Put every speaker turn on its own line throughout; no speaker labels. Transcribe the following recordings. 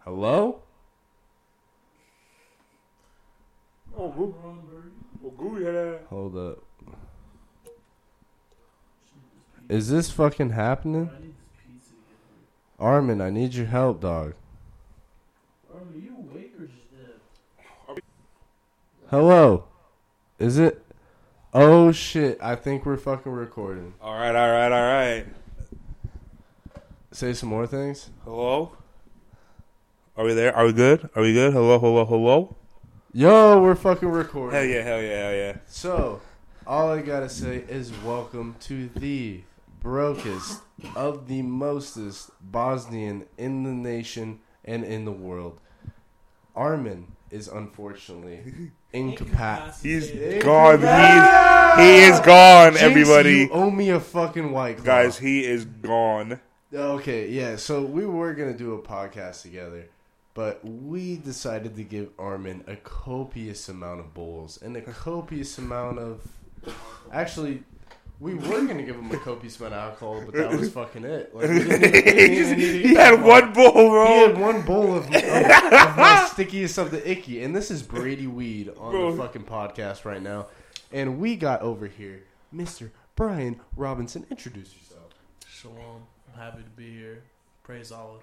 Hello?
Oh, good. Oh, good. Yeah.
Hold up. Is this fucking happening?
I need this pizza to get home.
Armin, I need your help, dog.
Armin, are you awake or just dead?
Hello? Is it. Oh shit, I think we're fucking recording.
All right, all right, all right.
Say some more things?
Hello? Are we there? Are we good? Are we good? Hello, hello, hello?
Yo, we're fucking recording.
Hell yeah, hell yeah, hell yeah.
So, all I gotta say is welcome to the brokest of the mostest Bosnian in the nation and in the world. Armin is unfortunately incapacitated.
He's
Incapacitated.
gone. He's, he is gone,
Jinx,
everybody.
you owe me a fucking white claw.
Guys, he is gone.
Okay, yeah. So we were gonna do a podcast together, but we decided to give Armin a copious amount of bowls and a copious amount of. Actually, we were gonna give him a copious amount of alcohol, but that was fucking it. Like, we didn't even- we didn't even need to
he
get that
had
far.
one bull, bro.
He had one bowl of, of, of my stickiest of the icky, and this is Brady Weed on
Bro.
the fucking podcast right now. And we got over here, Mister Brian Robinson. Introduce yourself.
Shalom. I'm happy to be here. Praise Allah.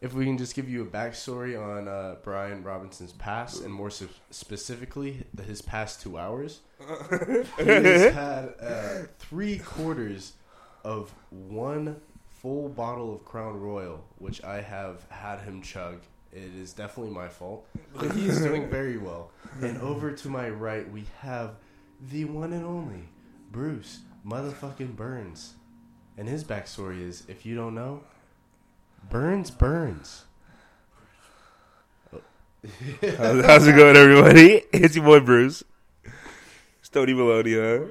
If we can just give you a backstory on uh, Brian Robinson's past, and more sp- specifically his past two hours, he has had uh, three quarters of one full bottle of Crown Royal, which I have had him chug. It is definitely my fault, but he is doing very well. And over to my right, we have the one and only Bruce motherfucking Burns. And his backstory is, if you don't know, Burns burns.
How's how's it going, everybody? It's your boy Bruce. Stony Melodia.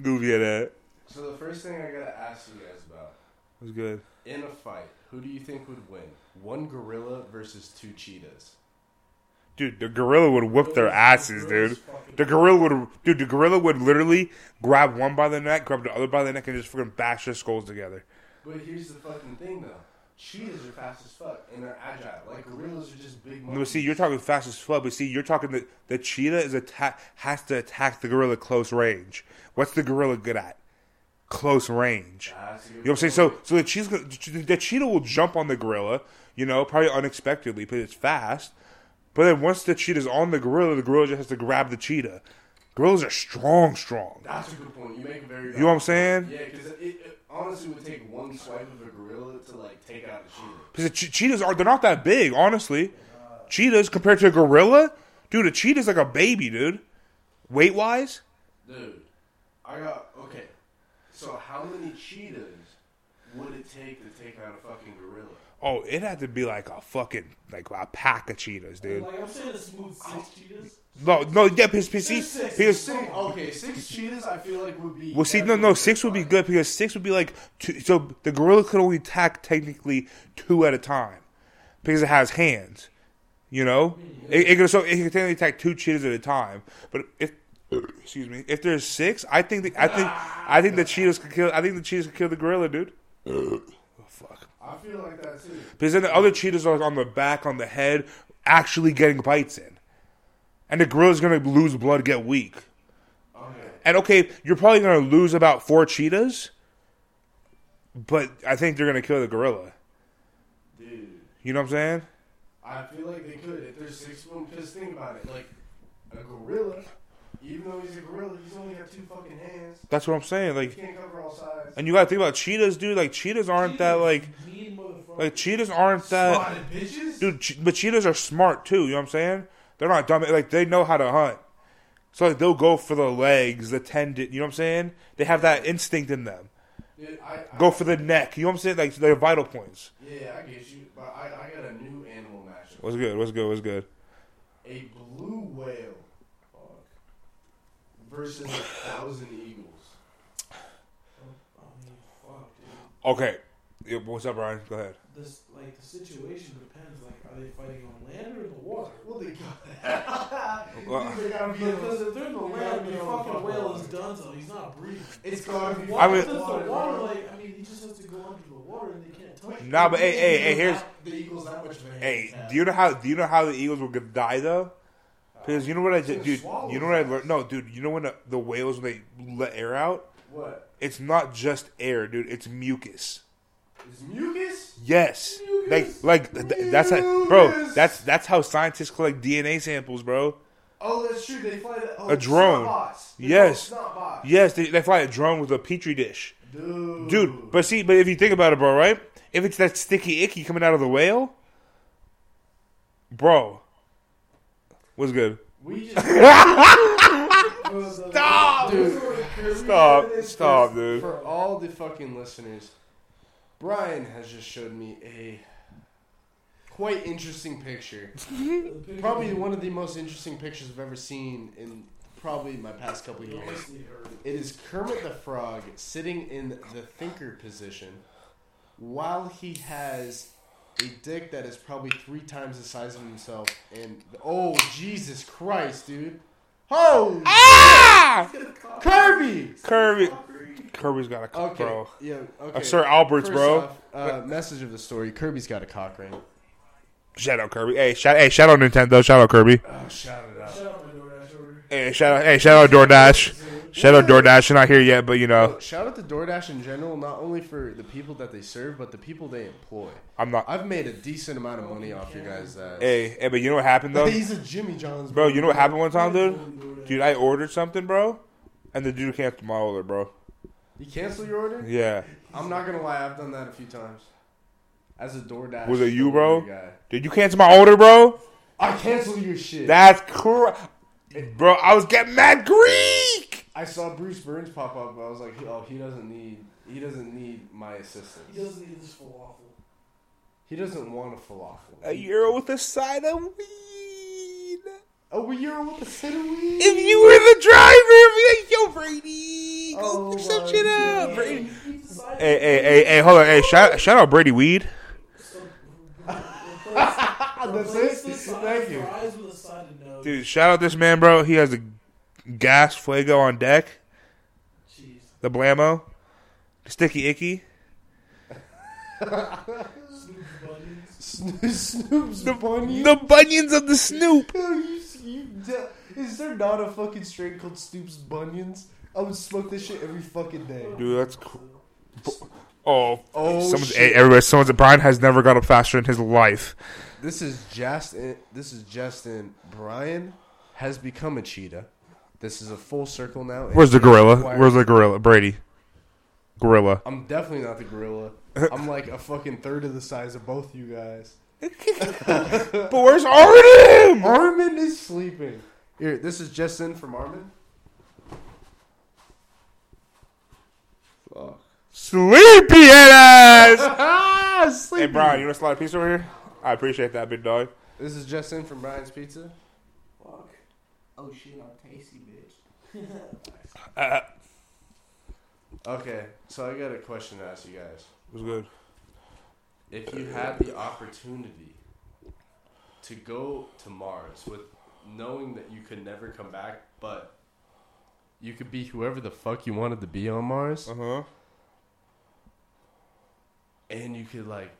Goofy at that.
So the first thing I gotta ask you guys about
What's good?
in a fight, who do you think would win? One gorilla versus two cheetahs.
Dude, the gorilla would whoop their asses, dude. The gorilla would, dude. The gorilla would literally grab one by the neck, grab the other by the neck, and just fucking bash their skulls together.
But here's the fucking thing though. Cheetahs are fast as fuck and they're agile. Like gorillas are just big
No, see, you're talking fast as fuck, but see, you're talking the the cheetah is attack has to attack the gorilla close range. What's the gorilla good at? Close range. You know what I'm saying? So, so the cheetah, the cheetah will jump on the gorilla, you know, probably unexpectedly, but it's fast. But then once the cheetah's on the gorilla, the gorilla just has to grab the cheetah. Gorillas are strong, strong.
that's a good point. You make a very
You know what I'm saying?
Yeah, because it, it honestly would take one swipe of a gorilla to like take out the cheetah.
Because che- cheetahs are they're not that big, honestly. Cheetahs compared to a gorilla, dude. A cheetah's like a baby, dude. Weight wise,
Dude, I got okay. So how many cheetahs would it take to take out a fucking gorilla?
oh, it had to be like a fucking like a pack of cheetahs, dude.
Like, I'm saying a smooth six cheetahs.
No, no, yeah, because
There's
because see,
six.
because
Six- okay, six cheetahs. I feel like would be.
well, see, no, no, six would be good because six would be like two. So the gorilla could only attack technically two at a time because it has hands. You know, it, it could so it can technically attack two cheetahs at a time. But if excuse me, if there's six, I think the, I think I think the cheetahs could kill. I think the cheetahs could kill the gorilla, dude. Oh, fuck.
I feel like that too.
Because then the other cheetahs are like on the back, on the head, actually getting bites in, and the gorilla's gonna lose blood, get weak.
Okay.
And okay, you're probably going to lose about four cheetahs, but I think they're going to kill the gorilla.
Dude,
You know what I'm saying?
I feel like they could if there's six of them. Because think about it, like a gorilla, even though he's a gorilla, he's only got two fucking hands.
That's what I'm saying. Like,
He can't cover all sides.
and you got to think about cheetahs, dude. Like cheetahs aren't that like
Mean motherfucker.
like cheetahs aren't that
Spotted bitches.
uh, dude. Che- but cheetahs are smart too. You know what I'm saying? They're not dumb. Like they know how to hunt. So like they'll go for the legs, the tendon. You know what I'm saying? They have that instinct in them.
Dude, I, I,
Go for the neck. You know what I'm saying? Like their vital points.
Yeah, I get you. But I, I got a new animal matchup.
What's good? What's good? What's good?
A blue whale versus a thousand eagles.
Oh, fuck, dude.
Okay. Yeah, what's up, Ryan? Go ahead.
this like the situation depends. Like, are they fighting on land or the water?
Well, they got.
Well,
they gotta be able-
Because if they're in the
Yeah,
land,
you
the
know,
fucking
fuck
whale
water.
is done, so he's not breathing.
It's gotta be.
Water,
would-
if it's
water,
the water,
water.
like I mean, he just has to go under the water and they can't touch him.
Nah, but hey, hey, hey, here's-
the Eagles. That much of a
hey,
handicap.
do you know how do you know how the Eagles were gonna die though? Because you know what I did,
Dude,
dude.
swallows
You know what I
us.
learned? No, dude. You know when the, the whales when they let air out,
What?
it's not just air, dude. It's mucus.
Is mucus?
Yes,
Mucus.
like like th- that's how, bro.
Mucus.
That's that's how scientists collect DNA samples, bro.
Oh, that's true. They fly the, oh,
A drone.
Snotbots. They
Yes.
call it snotbots.
Yes, they, they fly a drone with a petri dish,
Dude.
dude. But see, but if you think about it, bro, right? If it's that sticky icky coming out of the whale, bro, what's good?
we just
Stop!
Dude,
Stop, stop, dude.
For all the fucking listeners, Brian has just showed me a quite interesting picture. Probably one of the most interesting pictures I've ever seen in probably my past couple
You
years.
honestly heard it.
It is Kermit the Frog sitting in the thinker position while he has a dick that is probably three times the size of himself. And oh, Jesus Christ, dude. Oh,
Ah,
Kirby!
Kirby, Kirby's got a cock,
Okay.
bro.
Yeah, okay.
Uh, Sir Albert's,
First
bro.
off, uh, message of the story Kirby's got a cock ring.
Shout out Kirby. Hey, shout hey, shout out Nintendo. Shout out Kirby.
Oh, shout it
Shout out my DoorDash order.
Hey, shout out hey, shout out DoorDash. Shout out
What?
DoorDash. You're not here yet, but you know
Shout out to DoorDash in general, not only for the people that they serve, but the people they employ.
I'm not.
I've made a decent amount of money off you guys. Uh,
Hey, hey, but you know what happened though,
He's a Jimmy John's.
bro? You know what happened one time, dude?
DoorDash.
Dude, I ordered something, bro, and the dude canceled my order, bro.
You cancel your order?
Yeah,
I'm not gonna lie, I've done that a few times. As a DoorDash.
Was it you, bro?
delivery guy.
did you cancel my order, bro?
I cancel your shit.
That's cr- bro. I was getting mad Greek.
I saw Bruce Burns pop up. I was like, oh, he doesn't need. He doesn't need my
He
assistance.
doesn't need this falafel.
He doesn't want a falafel.
A euro with a side of weed.
Oh, well, you're with the city.
If you were the driver, I'd be like, yo, Brady, go
Oh
pick some
my
shit
God.
up,
Hey,
Brady.
he decided-
Hey, hey, hey, hey, hold on. Hey, shout, shout out Brady Weed.
So, replace-
Ah, That's
replace the
it?
side
Thank
of
you.
Fries with a side of no
Dude, shout out this man, bro. He has a gas fuego on deck,
cheese.
the blammo, the sticky icky.
Snoop Bunnies.
Snoop, Snoop's the bunny.
The bunions of the Snoop.
Yo, you, you, de- is there not a fucking strain called Snoop's Bunions? I would smoke this shit every fucking day.
Dude, that's cr- oh,
Oh,
someone's
shit.
hey, everywhere. Someone's Brian has never got up faster in his life.
This is Justin. This is Justin. Brian has become a cheetah. This is a full circle now.
Where's the gorilla?
Why-
Where's the gorilla? Brady, gorilla.
I'm definitely not the gorilla. I'm like a fucking third of the size of both you guys.
But where's Artem?
Armin is sleeping. Here, this is Justin from Armin. Fuck.
Sleepy ass.
Ah,
Hey,
sleeping.
Brian, you want to slide a piece over here? I appreciate that, big dog.
This is Justin from Brian's Pizza.
Fuck. Oh shit, I'm tasty, bitch.
Uh,
Okay, so I got a question to ask you guys.
was good.
If you had the opportunity to go to Mars with knowing that you could never come back, but you could be whoever the fuck you wanted to be on Mars,
Uh huh.
and you could like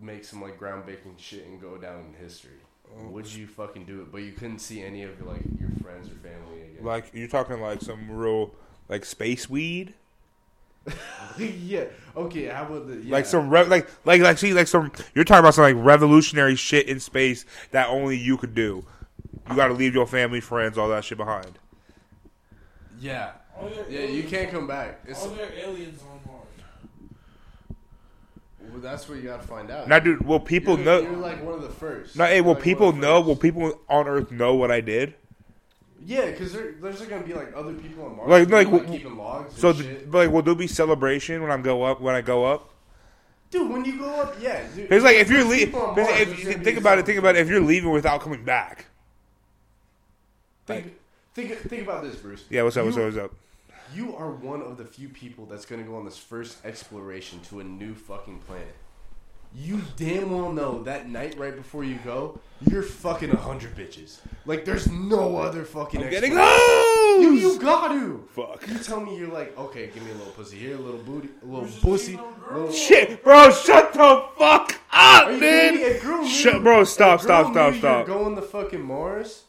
make some like groundbreaking shit and go down in history, would you fucking do it? But you couldn't see any of like your friends or family again.
Like you're talking like some real like space weed,
yeah. Okay. How about the yeah.
like some rev like like like see like some you're talking about some like revolutionary shit in space that only you could do. You got to leave your family, friends, all that shit behind.
yeah.
Are there
Yeah, you
aliens-
can't come back. It's,
Are there aliens on Mars?
well, that's what you gotta find out.
Now, dude, will people
you're,
know?
You're like one of the first.
no, hey,
You're
will
like
people
one of the
know?
first.
Will people on Earth know what I did?
Yeah, because there, there's like gonna be like other people on Mars.
Like-
who,
like,
like,
w-
keeping logs. And
So, th-
shit.
like, will there be celebration when I go up? When I go up,
dude, when you go up, yeah, dude,
it's like if you're leaving.
people on Mars,
If,
there's gonna be
think about
something.
it. Think about it. If you're leaving without coming back,
think, think, think about this, Bruce.
yeah. What's up? What's
You-
up? What's up?
You are one of the few people that's gonna go on this first exploration to a new fucking planet. you damn well know that night right before you go, you're fucking a hundred bitches. Like there's no other fucking.
I'm getting
explanation.
loose.
You, you got to.
Fuck.
You tell me you're like, okay, give me a little pussy here, a little booty, a little pussy. Little...
Shit, bro, shut the fuck up,
Are you kidding me?
man.
If girl knew-
Shut, bro,
if
stop,
girl
stop,
knew
stop,
you
stop.
Going to fucking Mars,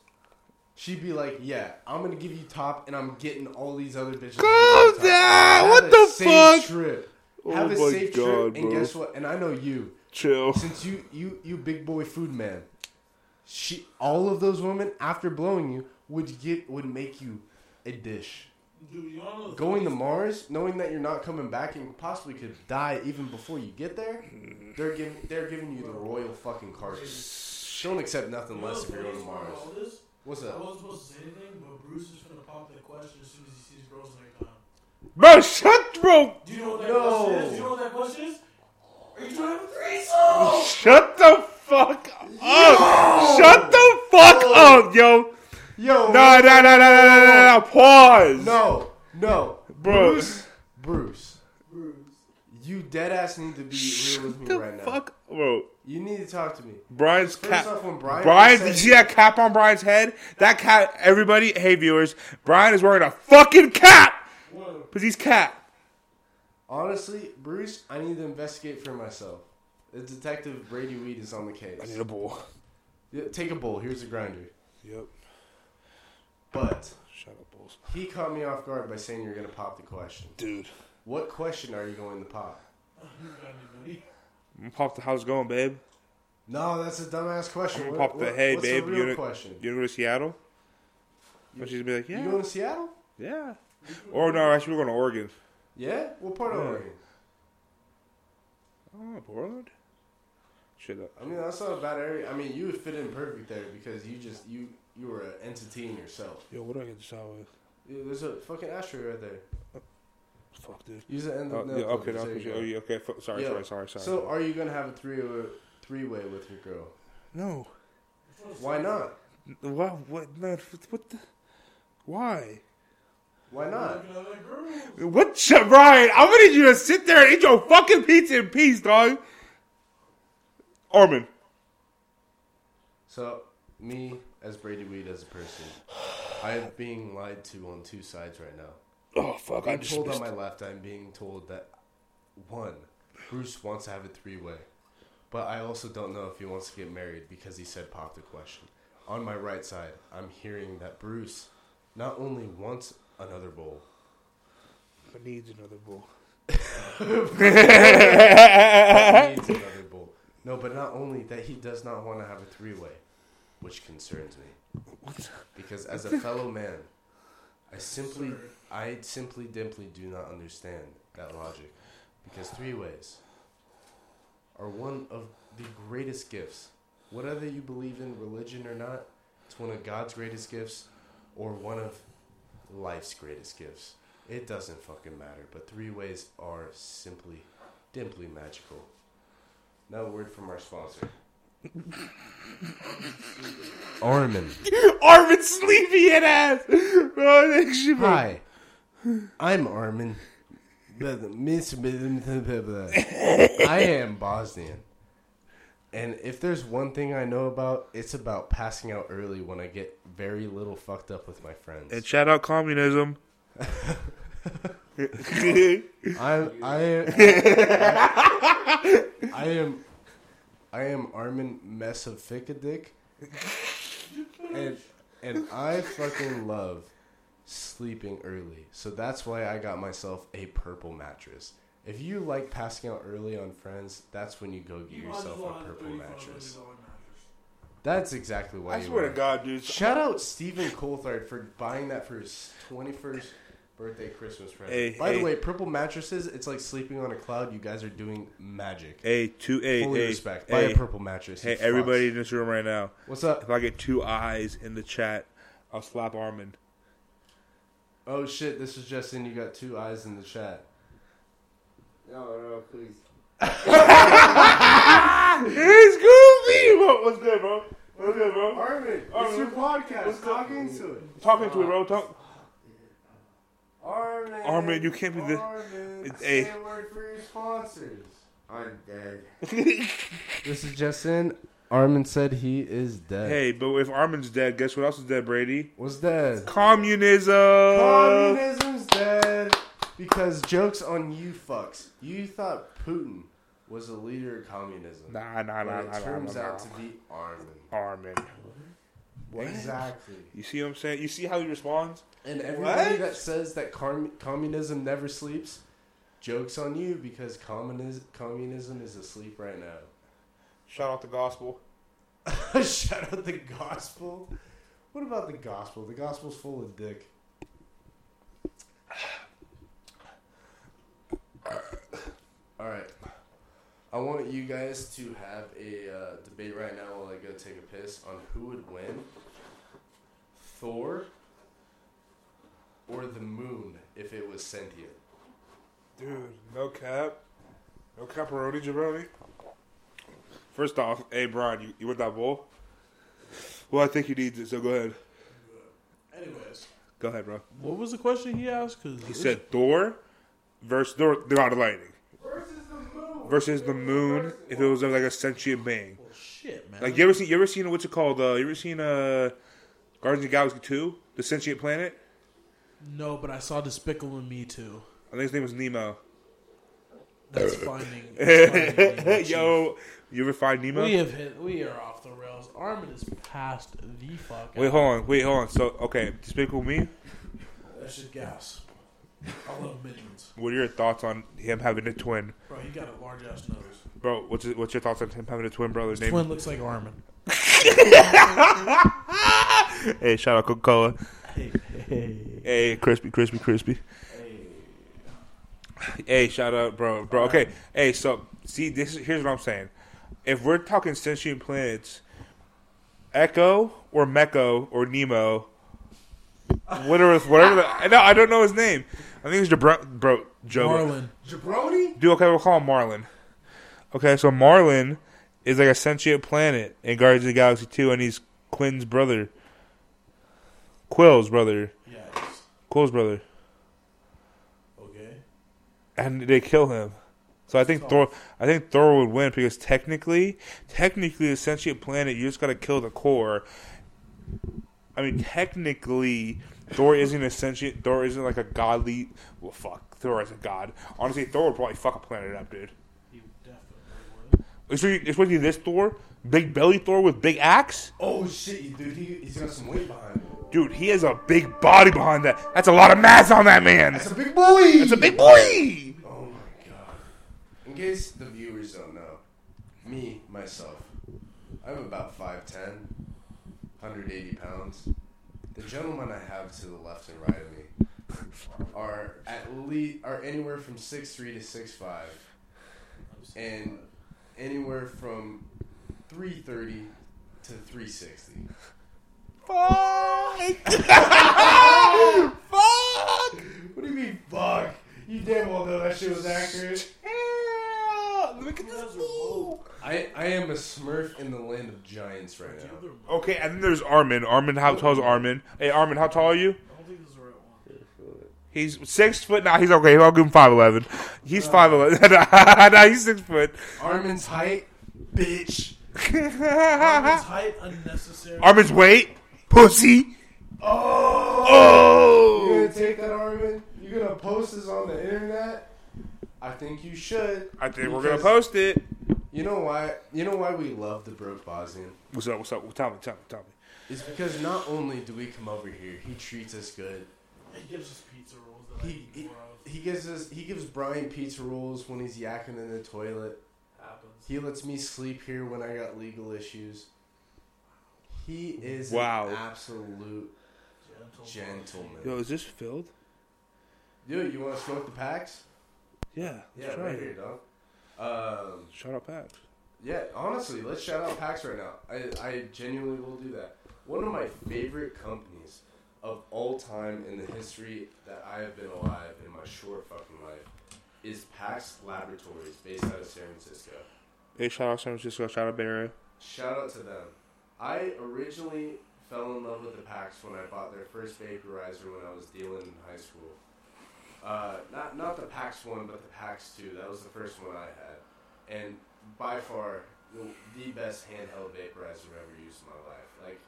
she'd be like, "Yeah, I'm gonna give you top, and I'm getting all these other bitches."
Calm
Top.
down,
Have
what
a
the
safe
fuck?
Trip.
Oh
Have a
my
safe
God,
trip, and
bro.
guess what? And I know you,
Chill.
since you you you big boy food man. She, all of those women after blowing you would get would make you a dish.
Dude, you wanna know the
Going to Mars, knowing that you're not coming back and possibly could die even before you get there, they're giving they're giving you the royal fucking carcass. Don't accept nothing less if you're going to Mars. What's
I
up?
wasn't supposed to say anything, but Bruce is gonna pop that question as soon as he sees girls next time.
Bro, shut, bro.
Do you know what that
No.
question is? Do you know what that question is? Are you trying to have a threesome?
Shut the fuck up. Shut the fuck up, yo.
Yo,
No, no, no, no, no, no, no, no. Pause.
no, no,
Bro.
Bruce, Bruce,
Bruce.
you dead ass need to be real with me
the
right now.
fuck, bro.
You need to talk to me.
Brian's
First
cap.
off, when Brian,
Brian,
said-
did you see that cap on Brian's head? That cap, everybody, hey viewers, Brian is wearing a fucking cap
What?
because he's cap.
honestly, Bruce, I need to investigate for myself. The detective Brady Weed is on the case.
a ball.
Yeah, Take a bowl. Here's a grinder.
Yep.
But
Shut up, balls,
he caught me off guard by saying you're gonna pop the question.
dude.
What question are you going to pop?
You got anybody?
I'm gonna pop the house going, babe.
No, that's a dumbass question.
I'm
What-
gonna pop the
what-
hey,
what's
babe.
The real
you gonna,
question.
You gonna go to Seattle? And she's gonna be like,
You
yeah,
going to Seattle?
yeah. Or no, actually, we're going to Oregon.
Yeah. What part of
Yeah.
Oregon?
Oh, Portland. uh, Shut up.
I mean, that's not a bad area. I mean, you would fit in perfect there because you just you you were an entity in yourself.
Yo, what do I get to shower with?
Yeah, There's a fucking asteroid right there.
Fuck, dude.
Use the end
Oh,
of
yeah,
the nail
okay,
clippers.
no,
There you go.
okay, oh, yeah, okay. f- Sorry,
Yo,
sorry, sorry, sorry.
So, are you gonna have a three or three way with your girl?
no.
Why not?
What? What? No, what the? Why?
Why not?
You got that girl?
What, sh- Brian? I'm gonna need you to sit there and eat your fucking pizza in peace, dog. Armin,
So, me as Brady Weed as a person, I am being lied to on two sides right now.
Oh fuck! I
Being
just
told on
missed.
my left, I'm being told that one, Bruce wants to have a three way, but I also don't know if he wants to get married because he said pop the question. On my right side, I'm hearing that Bruce not only wants another bowl,
I need another bowl.
but needs another bowl. No, but not only that, he does not want to have a three way, which concerns me. Because as a fellow man, I simply, I simply, dimply do not understand that logic. Because three ways are one of the greatest gifts. Whatever you believe in, religion or not, it's one of God's greatest gifts or one of life's greatest gifts. It doesn't fucking matter, but three ways are simply, dimply magical. Now, a word from our sponsor Armin.
Armin, sleepyhead ass. Bro, that shit-
Hi, I'm Armin. I am Bosnian. And if there's one thing I know about, it's about passing out early when I get very little fucked up with my friends.
And shout out communism.
I I am I am I am Armin Mesophica and and I fucking love sleeping early. So that's why I got myself a purple mattress. If you like passing out early on friends, that's when you go get
You might as
yourself
well
a
have
purple
$35
mattress.
mattress.
That's exactly why
I
you
swear
want
to
it.
God, dude.
Shout out Stephen Coulthard for buying that for his 21st birthday Christmas present.
Hey,
By
hey.
the way, purple mattresses, it's like sleeping on a cloud. You guys are doing magic.
Hey, two, hey,
Fully
hey,
respect. Buy
hey,
a purple mattress.
hey,
you fucks.
everybody in this room right now.
What's
If
up?
I get two eyes in the chat, I'll slap Armin.
Oh shit, this is Justin. You got two eyes in the chat.
No, no, please.
It's Goofy. Bro, What's good, bro? What's good, bro?
Armin,
Armin, your
podcast.
what's Talk
Talk
up?
into it.
Talking to it, bro. Talk.
Armin.
Armin, you can't be the-
Armin,
Hey. say
word for your sponsors.
I'm dead.
This is Justin. Armin said he is dead.
Hey, but if Armin's dead, guess what else is dead, Brady?
What's dead?
Communism.
Communism's dead because jokes on you fucks. You thought Putin was a leader of communism.
Nah, nah, nah,
but
nah,
it
nah,
turns
nah, nah.
out to be Armin.
Armin. What?
Exactly.
You see what I'm saying? You see how he responds?
And everybody
What?
that says that com- communism never sleeps, jokes on you because communism communism is asleep right now.
Shout out the gospel.
Shout out the gospel. What about the gospel? The gospel's full of dick. All right. I want you guys to have a uh, debate right now while I go take a piss on who would win Thor or the moon if it was sentient.
Dude, no cap. No caparoni jabroni. First off, hey, Brian, you, you want that bowl? Well, I think he needs it, so go ahead.
Anyways,
Go ahead, bro.
what was the question he asked? Cause
He said Thor versus Thor, the God of Lightning
Versus the moon.
versus the moon if it was like a sentient being.
shit, man.
Like you ever seen? You ever seen what's it called? Uh, you ever seen uh, Guardians of the Galaxy Two, the sentient planet?
no, but I saw Despicable Me too.
I think his name was Nemo.
That's finding. That's finding Nemo, chief.
Yo, you ever find Nemo?
we have hit. We are off the rails. Armin is past the fuck.
Wait,
out.
hold on. Wait, hold on. So, okay, Despicable Me.
That shit gas. I love minions,
What are your thoughts on him having a twin,
bro. He got a large ass nose.
bro? What's his, what's your thoughts on him having a twin brother? named-
Twin looks like Armin.
Hey, shout out Coca Cola.
Hey, hey.
Hey, crispy, crispy, crispy. Hey, shout out, bro, bro. Okay, hey, so see, this is, here's what I'm saying. If we're talking sentient planets, Echo or Mecco or Nemo, whatever, whatever. The, no, I don't know his name. I think it's Jabro, bro, Joe.
Marlin.
Jabroni?
Dude, okay, we'll call him Marlin. Okay, so Marlin is like a sentient planet in Guardians of the Galaxy Two, and he's Quinn's brother, Quill's brother,
Yes.
Quill's brother.
Okay.
and they kill him. So I think Thor, I think Thor would win because technically, technically, the sentient planet you just got to kill the core. I mean, technically, Thor isn't a sentient. Thor isn't like a godly. Well, fuck, Thor is a god. Honestly, Thor would probably fuck a planet up, dude.
He definitely
It's really- it's really this Thor, big belly Thor with big axe,
Oh shit, dude, he, he's got some weight behind him.
dude. He has a big body behind that. That's a lot of mass on that man.
That's a big boy!
That's a big boy.
Oh my god. In case the viewers don't know, me, myself, I'm about 5'10, 180 pounds. The gentlemen I have to the left and right of me are at least are anywhere from 6'3 to 6'5
would.
and anywhere from 330 to 360.
Fuck. Fuck.
What do you mean, fuck? You damn well know that shit was accurate.
Look at
this fool.
I, I am a smurf in the land of giants right
The
now.
other one.
Okay, and then there's Armin. Armin, how tall is Armin? Hey, Armin, how tall are you?
I don't think this is the right one.
He's six foot. Nah, he's okay. I'll give him five eleven. He's five eleven. nah, he's six foot.
Armin's height, bitch.
Uh-huh.
Armin's height unnecessary.
Armin's weight, pussy.
You gonna
Oh,
take that, Armin? You gonna post this on the internet? I think you should.
I think we're gonna
Because
post it.
You know why? You know why we love the broke Bosnian?
What's up? What's up? Tell me, tell me, tell me.
It's because not only do we come over here, he treats us good.
He gives us pizza rolls that I
He
eat
he,
more of.
he gives us he gives Brian pizza rolls when he's yakking in the toilet.
Happens.
He lets me sleep here when I got legal issues. He is
Wow.
an absolute gentleman.
Yo, is this filled?
Dude, you want to smoke the packs?
Yeah.
Yeah, right here, dog. Um,
Shout out, Pat.
Yeah, honestly, let's shout out PAX right now. I, I genuinely will do that. One of my favorite companies of all time in the history that I have been alive in my short fucking life is PAX Laboratories based out of San Francisco.
Hey, shout out San Francisco. Shout out Bay Area.
Shout out to them. I originally fell in love with the PAX when I bought their first vaporizer when I was dealing in high school. Uh, not not the PAX one, but the PAX two. That was the first one I had. and by far the, the best handheld vaporizer I've ever used in my life. Like,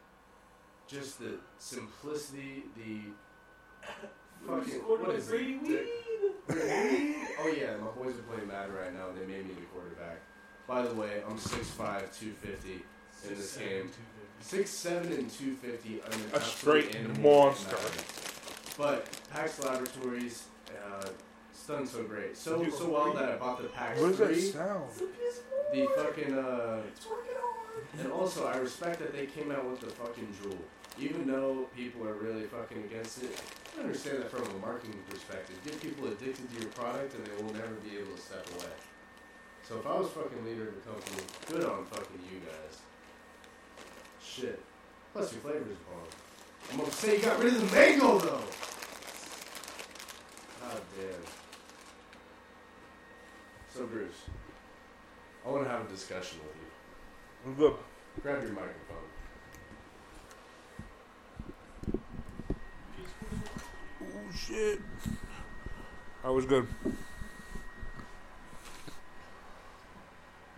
just the simplicity, the fucking what is it? The- oh yeah, my boys are playing Madden right now. They made me the quarterback. By the way, I'm 6'5", 250. In this game. Six seven and two fifty. I'm an
A
absolute
straight
animal
monster.
But Pax Laboratories uh, it's done so great, so
Dude,
so well that I bought the Pax
What does that
Three,
sound?
the fucking. Uh, and also, I respect that they came out with the fucking jewel, even though people are really fucking against it. I understand that from a marketing perspective. Get people addicted to your product, and they will never be able to step away. So if I was fucking leader of the company, good on fucking you guys. Shit. Plus your flavor's bomb. I'm upset you got rid of the mango though. God damn. So Bruce, I want to have a discussion with you.
Look,
Grab your microphone.
Oh shit. That was good.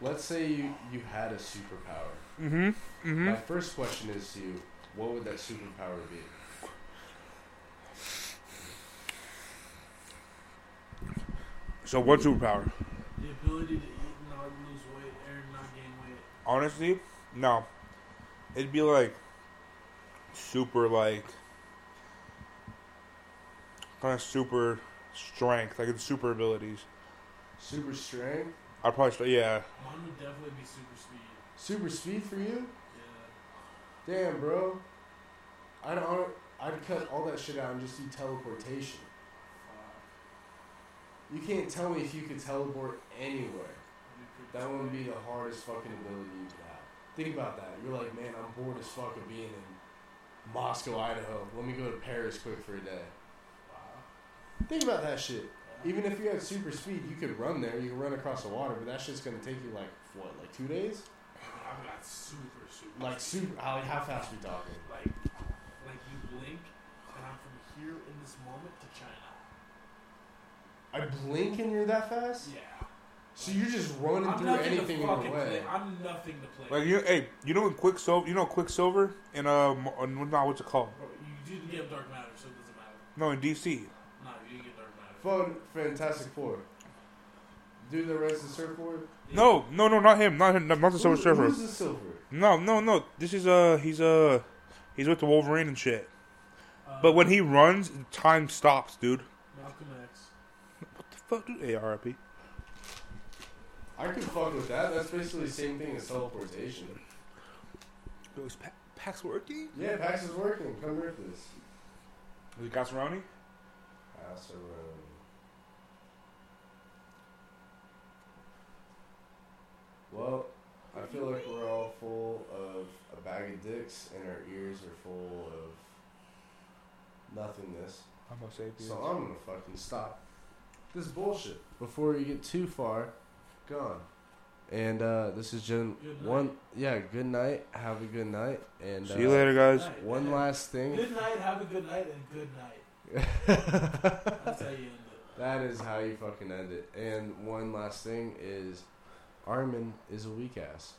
Let's say you, you had a superpower.
Mm-hmm.
My
Mm-hmm.
first question is to you, what would that superpower be?
So one superpower.
The ability to eat and not lose weight or not gain weight.
Honestly, no. It'd be like super like kind of super strength, like it's super abilities.
Super strength?
I'd probably start, yeah.
Mine would definitely be super speed.
Super speed for you?
Yeah.
Damn, bro. I'd, hon- I'd cut all that shit out and just do teleportation.
Fuck.
You can't tell me if you could teleport anywhere.
That'd be pretty
That would be
sweet.
the hardest fucking ability you could have. Think about that. You're like, man, I'm bored as fuck of being in Moscow, Idaho. Let me go to Paris quick for a day.
Wow.
Think about that shit.
Yeah.
Even if you had super speed, you could run there. You could run across the water, but that shit's gonna take you like what, like two days?
I've got super super.
Like
speed.
super. How, how fast we talking?
Like, like you blink, and I'm from here in this moment to China.
I blink and you're that fast.
Yeah.
So you're just running
I'm
through
nothing
anything
to
in your
fucking
way.
play. I'm nothing to play.
Like you, hey, you know in Quicksilver, you know Quicksilver in uh, Mo- uh, not what's it called?
Bro, you didn't get dark matter, so it doesn't matter.
No, in DC.
No, you didn't get dark matter.
Fun, Fantastic Four. Do the rest of the surfboard.
Yeah.
No, no, no, not him, not him, not the Silver
Who-
Surfer.
Who's the silver?
No, no, no. This is uh, he's uh, he's with the Wolverine and shit.
Uh,
But when he runs, time stops, dude.
Malcolm X.
What the fuck, dude? Hey, RIP.
I could fuck with that. That's basically the same thing as teleportation.
Yo, is pa- Pax working?
Yeah, Pax is working. Come rip this.
Is it Gasparoni?
Pass around. Well, I feel like we're all full of a bag of dicks, and our ears are full of nothingness.
I'm gonna say it, dude.
So I'm gonna fucking stop this bullshit before you get too far gone. And uh, this is Jen.
Good night.
One, yeah. Good night. Have a good night. And
See you
uh,
later, guys.
Night.
One last thing.
Good night. Have a good night and good night. That's how you end it.
That is how you fucking end it. And one last thing is, Armin is a weak ass.